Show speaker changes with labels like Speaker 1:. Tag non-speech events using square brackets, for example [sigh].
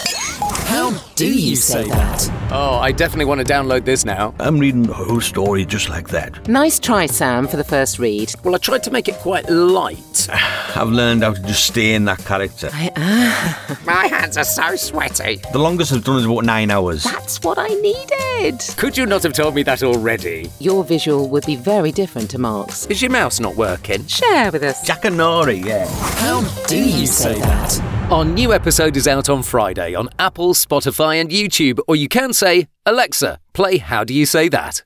Speaker 1: How Oh, do you say that?
Speaker 2: Oh, I definitely want to download this now.
Speaker 3: I'm reading the whole story just like that.
Speaker 4: Nice try, Sam, for the first read.
Speaker 2: Well, I tried to make it quite [laughs] light.
Speaker 3: I've learned how to just stay in that character.
Speaker 4: My hands are so sweaty.
Speaker 3: The longest I've done is about nine hours.
Speaker 4: That's what I needed.
Speaker 2: Could you not have told me that already?
Speaker 4: Your visual would be very different to Mark's.
Speaker 2: Is your mouse not working?
Speaker 4: Share with us.
Speaker 3: Jackanory, yeah.
Speaker 1: How do you say that?
Speaker 2: Our new episode is out on Friday on Apple, Spotify, and YouTube, or you can say, Alexa, play How Do You Say That?